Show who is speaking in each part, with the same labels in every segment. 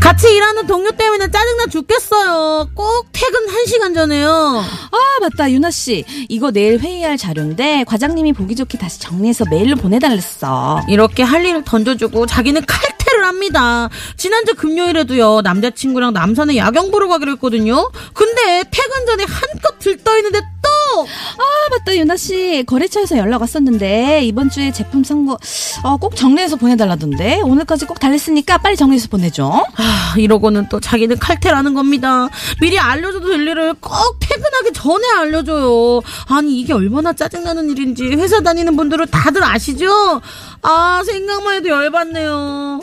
Speaker 1: 같이 일하는 동료 때문에 짜증나 죽겠어요. 꼭 퇴근 1시간 전에요.
Speaker 2: 아, 맞다, 유나씨. 이거 내일 회의할 자료인데, 과장님이 보기 좋게 다시 정리해서 메일로 보내달랬어.
Speaker 1: 이렇게 할 일을 던져주고 자기는 칼퇴를 합니다. 지난주 금요일에도요, 남자친구랑 남산에 야경 보러 가기로 했거든요. 근데 퇴근 전에 한껏 들떠있는데 또!
Speaker 2: 아, 맞다, 유나씨. 거래처에서 연락 왔었는데, 이번 주에 제품 산 거, 어, 꼭 정리해서 보내달라던데, 오늘까지 꼭 달랬으니까 빨리 정리해서 보내줘.
Speaker 1: 아, 이러고는 또 자기는 칼퇴라는 겁니다. 미리 알려줘도 될 일을 꼭 퇴근하기 전에 알려줘요. 아니, 이게 얼마나 짜증나는 일인지 회사 다니는 분들은 다들 아시죠? 아, 생각만 해도 열받네요.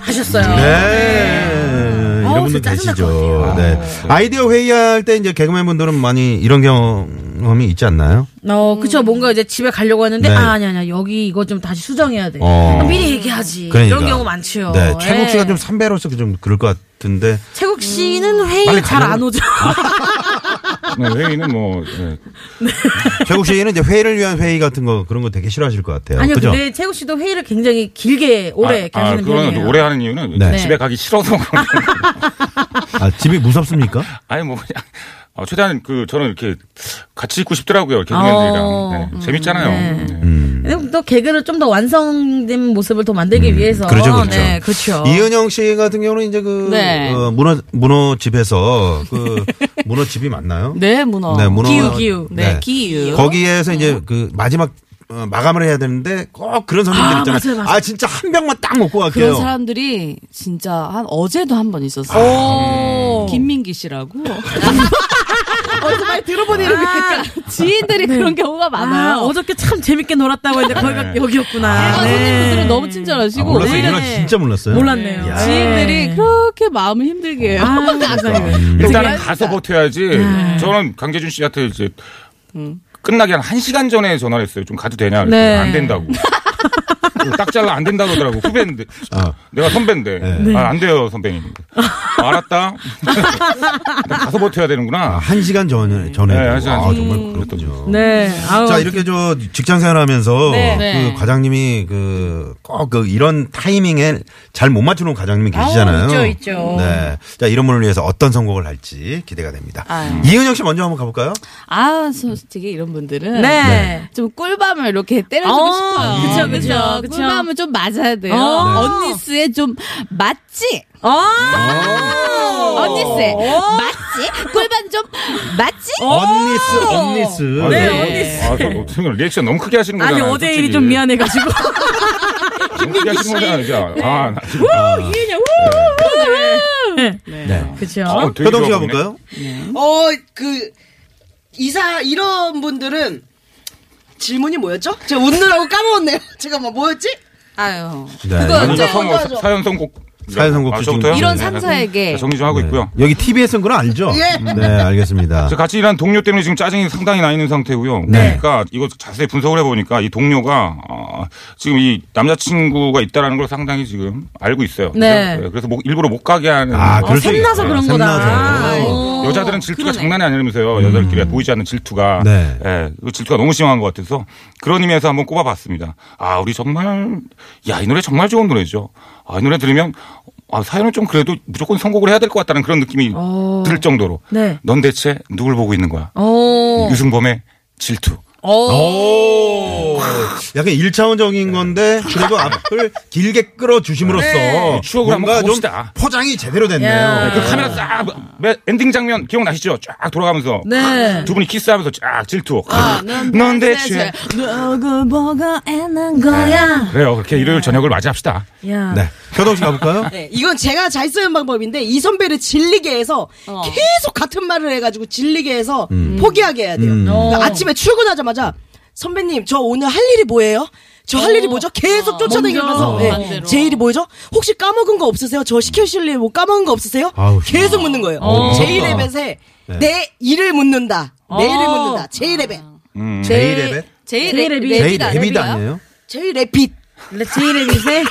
Speaker 1: 하셨어요.
Speaker 3: 네.
Speaker 1: 아, 네. 어우,
Speaker 3: 이런 분들
Speaker 1: 진짜 짜증날
Speaker 3: 계시죠. 네. 아이디어 회의할 때 이제 개그맨분들은 많이 이런 경험이 있지 않나요?
Speaker 1: 어, 그쵸. 뭔가 이제 집에 가려고 하는데,
Speaker 3: 네.
Speaker 1: 아, 아니, 아니, 여기 이거 좀 다시 수정해야 돼.
Speaker 3: 어.
Speaker 1: 아, 미리 얘기하지.
Speaker 3: 그러니까.
Speaker 1: 이런 경우 많지요.
Speaker 3: 네. 최국 씨가
Speaker 1: 예.
Speaker 3: 좀 선배로서 좀 그럴 것 같은데
Speaker 1: 최국 씨는 회의
Speaker 3: 빨리
Speaker 1: 잘 안
Speaker 3: 가려고- 아,
Speaker 1: 오죠.
Speaker 4: 네, 회의는 뭐 네.
Speaker 3: 최국 씨는 이제 회의를 위한 회의 같은 거 그런 거 되게 싫어하실 것 같아요.
Speaker 1: 아니요,
Speaker 3: 그죠?
Speaker 1: 근데 최국 씨도 회의를 굉장히 길게, 오래
Speaker 4: 아, 아,
Speaker 1: 하시는
Speaker 4: 그거는
Speaker 1: 편이에요.
Speaker 4: 오래 하는 이유는
Speaker 3: 네.
Speaker 4: 집에 가기 싫어서 그런 거예요.
Speaker 3: 아, 집이 무섭습니까?
Speaker 4: 아니 뭐 그냥 어, 최대한 그 저는 이렇게 같이 있고 싶더라고요. 개그맨들이랑
Speaker 1: 어,
Speaker 4: 네, 재밌잖아요. 네.
Speaker 3: 음.
Speaker 1: 근데 또 개그를 좀 더 완성된 모습을 더 만들기 위해서.
Speaker 3: 그렇죠, 그렇죠.
Speaker 1: 네, 그렇죠.
Speaker 3: 이은영 씨 같은 경우는 이제 그
Speaker 2: 네.
Speaker 3: 어, 문어 문어 집에서 그 문어 집이 맞나요?
Speaker 2: 네, 문어.
Speaker 3: 네, 문어
Speaker 2: 기우, 기우. 네,
Speaker 3: 네.
Speaker 2: 기우.
Speaker 3: 거기에서 이제 그 마지막 어, 마감을 해야 되는데 꼭 그런 선생님들
Speaker 1: 아,
Speaker 3: 있잖아요.
Speaker 1: 맞아요, 맞아요.
Speaker 3: 아, 진짜 한 병만 딱 먹고 갈게요. 아,
Speaker 2: 그런 사람들이 진짜 한 어제도 한 번 있었어요. 김민기 씨라고. 어제 많이 들어본 이름이 지인들이 그런 경우가 네. 많아요.
Speaker 1: 아, 어저께 참 재밌게 놀았다고 했는데 거기가 여기였구나.
Speaker 2: 일반
Speaker 1: 네.
Speaker 2: 손님분들은 너무 친절하시고
Speaker 3: 아, 몰랐어요.
Speaker 2: 오히려
Speaker 3: 이건 진짜 몰랐어요.
Speaker 1: 몰랐네요.
Speaker 3: 야.
Speaker 2: 지인들이 그렇게 마음을 힘들게 해요.
Speaker 1: 아, 세상에.
Speaker 3: 음.
Speaker 1: 네.
Speaker 4: 일단은 가서 버텨야지. 저는 강재준 씨한테 이제 끝나기 한 1시간 전에 전화를 했어요. 좀 가도 되냐? 그랬더니
Speaker 1: 음. 네.
Speaker 4: 안 된다고. 딱 잘라 안 된다 그러더라고. 후배인데.
Speaker 3: 아.
Speaker 4: 내가 선배인데.
Speaker 3: 네.
Speaker 4: 아, 안 돼요, 선배님. 알았다. 나 가서 버텨야 되는구나.
Speaker 3: 한 시간 전에 전에
Speaker 4: 네, 한 시간
Speaker 3: 아,
Speaker 4: 전.
Speaker 3: 정말 그렇군요.
Speaker 1: 네. 아우.
Speaker 3: 자 이렇게 저 직장 생활하면서
Speaker 2: 네,
Speaker 3: 그
Speaker 2: 네.
Speaker 3: 과장님이 그꼭그 이런 타이밍에 잘 못 맞추는 과장님이 계시잖아요.
Speaker 1: 아우, 있죠, 있죠.
Speaker 3: 네. 자 이런 분을 위해서 어떤 선곡을 할지 기대가 됩니다.
Speaker 2: 아유.
Speaker 3: 이은영 씨 먼저 한번 가볼까요?
Speaker 2: 아, 솔직히 이런 분들은.
Speaker 1: 네.
Speaker 2: 좀 꿀밤을 이렇게
Speaker 1: 어,
Speaker 2: 때려주고 싶어요.
Speaker 1: 그쵸, 그쵸, 그쵸.
Speaker 2: 꿀밤은 좀 맞아야 돼요.
Speaker 1: 어.
Speaker 2: 언니스에 좀 맞지?
Speaker 1: 어.
Speaker 2: 언니스 맞지? 꿀밤 좀 맞지?
Speaker 3: 언니스 언니스.
Speaker 4: 아,
Speaker 1: 네, 언니.
Speaker 4: 네. 아, 저 어떻게 보면 리액션 너무 크게 하시는
Speaker 1: 아니
Speaker 4: 거잖아요.
Speaker 1: 어제
Speaker 4: 솔직히.
Speaker 1: 일이 좀 미안해가지고.
Speaker 4: 너무 크게 하시는 거잖아요.
Speaker 1: 네.
Speaker 4: 진짜. 아, 나 지금.
Speaker 1: 어?
Speaker 3: 네.
Speaker 1: 그쵸.
Speaker 4: 어, 되게
Speaker 3: 효동 씨
Speaker 4: 좋아 보이네.
Speaker 3: 가볼까요?
Speaker 5: 어, 그, 이사, 이런 분들은 질문이 뭐였죠? 제가 웃느라고 까먹었네요. 제가 막 뭐였지?
Speaker 2: 아유.
Speaker 3: 네.
Speaker 4: 먼저
Speaker 2: 그거 먼저
Speaker 4: 선곡, 사연 선곡.
Speaker 3: 사연 선곡
Speaker 4: 아,
Speaker 3: 주시면
Speaker 4: 저부터요?
Speaker 3: 이런
Speaker 4: 네.
Speaker 2: 상사에게.
Speaker 4: 자, 정리 좀
Speaker 3: 네.
Speaker 4: 하고 있고요.
Speaker 3: 여기 TV에 쓴 거는 알죠?
Speaker 5: 예.
Speaker 3: 네, 알겠습니다.
Speaker 4: 저 같이 일하는 동료 때문에 지금 짜증이 상당히 나 있는 상태고요.
Speaker 3: 네.
Speaker 4: 그러니까 이거 자세히 분석을 해보니까 이 동료가 어, 지금 이 남자친구가 있다라는 걸 상당히 지금 알고 있어요.
Speaker 1: 네.
Speaker 4: 그죠? 그래서 못- 일부러 못 가게 하는.
Speaker 3: 아, 그럴 수
Speaker 1: 샘나서
Speaker 3: 있어요.
Speaker 1: 그런 거다. 어.
Speaker 3: 샘나서.
Speaker 1: 아이고.
Speaker 4: 여자들은 질투가 장난이 아니라면서요. 여자들끼리 보이지 않는 질투가.
Speaker 3: 네.
Speaker 4: 예, 그 질투가 너무 심한 것 같아서 그런 의미에서 한번 꼽아봤습니다. 아, 우리 정말, 야, 이 노래 정말 좋은 노래죠. 아, 이 노래 들으면 아, 사연은 좀 그래도 무조건 선곡을 해야 될 것 같다는 그런 느낌이 들 정도로.
Speaker 1: 네. 어.
Speaker 4: 넌 대체 누굴 보고 있는 거야?
Speaker 1: 오.
Speaker 4: 유승범의 질투.
Speaker 3: 오. 약간 1차원적인 건데 그래도 앞을 길게 끌어 주심으로써
Speaker 4: 네. 추억을
Speaker 3: 뭔가
Speaker 4: 한번
Speaker 3: 좀
Speaker 4: 가봅시다.
Speaker 3: 포장이 제대로 됐네요.
Speaker 1: 야.
Speaker 4: 그 카메라 쫙 매- 엔딩 장면 기억나시죠? 쫙 돌아가면서
Speaker 1: 네.
Speaker 4: 두 분이 키스하면서 쫙 질투.
Speaker 2: 넌
Speaker 4: 넌
Speaker 2: 네,
Speaker 4: 대체
Speaker 2: 누구 보고 있는 거야?
Speaker 4: 그래요. 그렇게 일요일 저녁을 맞이합시다.
Speaker 1: 야.
Speaker 3: 네. 효동 씨 가볼까요?
Speaker 5: 네, 이건 제가 잘 쓰는 방법인데 이 선배를 질리게 해서
Speaker 2: 어.
Speaker 5: 계속 같은 말을 해가지고 질리게 해서 포기하게 해야 돼요.
Speaker 2: 어.
Speaker 5: 그러니까 아침에 출근하자마자 선배님 저 오늘 할 일이 뭐예요? 저 할 일이 뭐죠? 계속 쫓아다니면서
Speaker 2: 먼저
Speaker 5: 네,
Speaker 2: 어. 반대로.
Speaker 5: 제 일이 뭐죠? 혹시 까먹은 거 없으세요? 저 시켜실 일 뭐 까먹은 거 없으세요?
Speaker 3: 아우,
Speaker 5: 계속 묻는 거예요.
Speaker 3: 어.
Speaker 5: 제 일에벳에 내 일을 묻는다. 내 일을
Speaker 2: 어.
Speaker 5: 묻는다. 제 일에벳.
Speaker 4: 음.
Speaker 3: 제이레벳?
Speaker 1: 제이레빗. 네,
Speaker 2: 제이레빗
Speaker 3: 제이레빗
Speaker 2: 아닙니까?
Speaker 3: 아니에요?
Speaker 5: 제 일에빗.
Speaker 1: 제이레빗의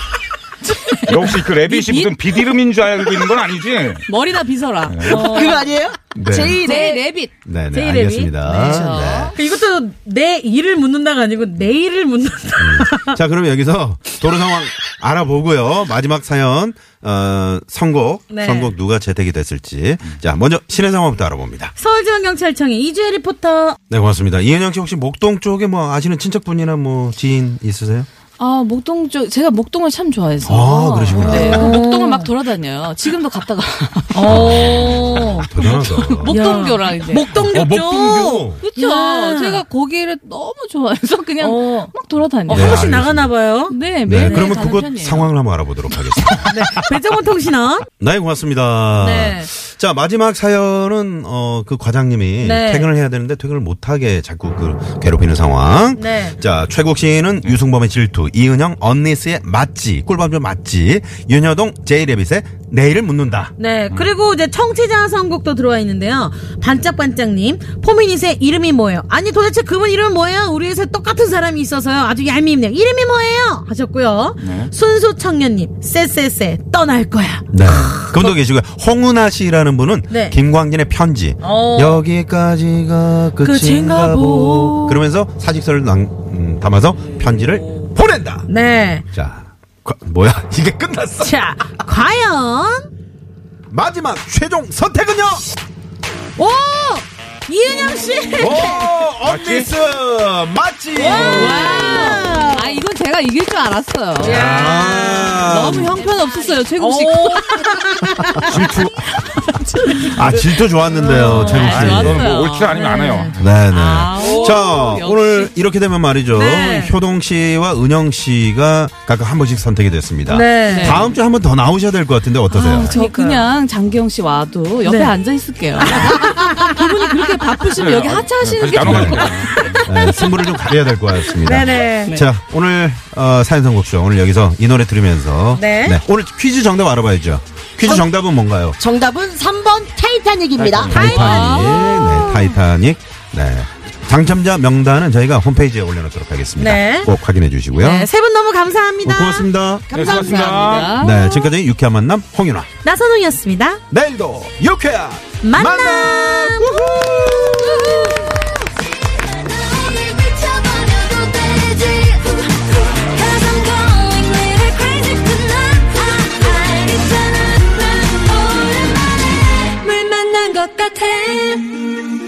Speaker 4: 역시 그 레빗이 무슨 빛 이름인 줄 알고 있는 건 아니지?
Speaker 2: 머리나 빗어라.
Speaker 5: 그거 아니에요?
Speaker 3: 네.
Speaker 5: 제
Speaker 2: 내
Speaker 5: 일에
Speaker 2: 레빗.
Speaker 3: 네, 네,
Speaker 1: 제이레빗?
Speaker 3: 알겠습니다. 네.
Speaker 1: 그 이것도 내 일을 묻는다가 아니고 내 일을 묻는다.
Speaker 3: 네. 자, 그럼 여기서 도로 상황 알아보고요. 마지막 사연 어, 선곡,
Speaker 1: 네.
Speaker 3: 선곡 누가 채택이 됐을지. 자, 먼저 시내 상황부터 알아봅니다.
Speaker 1: 서울지방경찰청의 이주혜 리포터.
Speaker 3: 네, 고맙습니다. 이은영 씨 혹시 목동 쪽에 뭐 아시는 친척분이나 뭐 지인 있으세요?
Speaker 2: 아 목동 쪽 제가 목동을 참 좋아해서.
Speaker 3: 아, 그러시구나.
Speaker 2: 네, 그 목동을 막 돌아다녀요. 지금도 갔다가
Speaker 1: 어. 오.
Speaker 3: 대단하다.
Speaker 2: 뭐, 목동교랑 이제.
Speaker 1: 목동교
Speaker 3: 어,
Speaker 1: 쪽.
Speaker 3: 목동교.
Speaker 2: 그쵸.
Speaker 1: 야.
Speaker 2: 제가 거기를 너무 좋아해서 그냥
Speaker 1: 어.
Speaker 2: 막
Speaker 1: 어,
Speaker 2: 돌아다녀요.
Speaker 3: 네,
Speaker 1: 한 번씩
Speaker 3: 알겠습니다.
Speaker 1: 나가나 봐요.
Speaker 2: 뭐 네, 매일
Speaker 3: 네, 그러면
Speaker 2: 가는
Speaker 3: 그곳
Speaker 2: 편이에요.
Speaker 3: 상황을 한번 알아보도록 하겠습니다.
Speaker 1: 배정훈 통신원.
Speaker 3: 네, 고맙습니다.
Speaker 1: 네.
Speaker 3: 자, 마지막 사연은, 어, 그 과장님이
Speaker 1: 네.
Speaker 3: 퇴근을 해야 되는데 퇴근을 못하게 자꾸 그 괴롭히는 상황.
Speaker 1: 네.
Speaker 3: 자, 최국 씨는 유승범의 질투, 이은영, 언니스의 맞지, 꿀밤 좀 맞지, 윤여동, 제이레빗의 내일을 묻는다.
Speaker 1: 네. 그리고 이제 청취자 선곡도 들어와 있는데요. 반짝반짝님, 포미닛의 이름이 뭐예요? 아니, 도대체 그분 이름은 뭐예요? 우리 회사에 똑같은 사람이 있어서요. 아주 얄미입네요. 이름이 뭐예요? 하셨고요. 순수 청년님, 쎄쎄쎄, 떠날 거야.
Speaker 3: 네. 그분도 계시고요. 홍은아 씨라는 분은
Speaker 1: 네.
Speaker 3: 김광진의 편지.
Speaker 1: 어.
Speaker 3: 여기까지가
Speaker 1: 끝인가
Speaker 3: 끝인가
Speaker 1: 보.
Speaker 3: 보. 그러면서 사직서를 낭- 음, 담아서 편지를 보낸다.
Speaker 1: 네.
Speaker 3: 자, 과- 뭐야? 이게 끝났어.
Speaker 1: 자, 과연,
Speaker 3: 마지막 최종 선택은요?
Speaker 1: 오! 이은영 씨!
Speaker 3: 오, 언니스 맞지?
Speaker 2: 와우. 아, 이건 제가 이길 줄 알았어요.
Speaker 3: 아,
Speaker 2: 너무 형편 없었어요, 최국 씨.
Speaker 3: 질투. 아, 질투 네, 좋았는데요, 최국 씨.
Speaker 4: 아, 이건
Speaker 2: 맞아요.
Speaker 4: 뭐 옳지 아니면 안 해요.
Speaker 3: 네네.
Speaker 2: 아우,
Speaker 3: 자,
Speaker 2: 역시.
Speaker 3: 오늘 이렇게 되면 말이죠.
Speaker 1: 네.
Speaker 3: 효동 씨와 은영 씨가 각각 한 번씩 선택이 됐습니다.
Speaker 1: 네.
Speaker 3: 다음 주에 한 번 더 나오셔야 될 것 같은데 어떠세요?
Speaker 2: 아, 저 그냥 장기영 씨 와도 옆에
Speaker 1: 네.
Speaker 2: 앉아 있을게요. 그분이 그렇게 바쁘시면 여기 하차하시는
Speaker 4: 네, 아, 다시
Speaker 2: 게
Speaker 4: 나눠가지고.
Speaker 3: 네, 승부를 좀 가려야 될 것 같습니다.
Speaker 1: 네네.
Speaker 3: 자, 오늘 어, 사연 선곡쇼 오늘 여기서 이 노래 들으면서
Speaker 1: 네.
Speaker 3: 오늘 퀴즈 정답 알아봐야죠. 퀴즈 정답은 뭔가요?
Speaker 5: 정답은 3번 타이타닉입니다.
Speaker 3: 타이타닉. 네, 타이타닉. 네. 당첨자 명단은 저희가 홈페이지에 올려놓도록 하겠습니다.
Speaker 1: 네.
Speaker 3: 꼭 확인해 주시고요.
Speaker 1: 네, 세 분 너무 감사합니다.
Speaker 3: 어? 고맙습니다.
Speaker 4: 감사합니다.
Speaker 3: 네, 지금까지 유쾌한 만남 홍윤아.
Speaker 1: 나선홍이었습니다.
Speaker 3: 내일도 유쾌한
Speaker 1: 만남!
Speaker 6: 물 만난 것 같아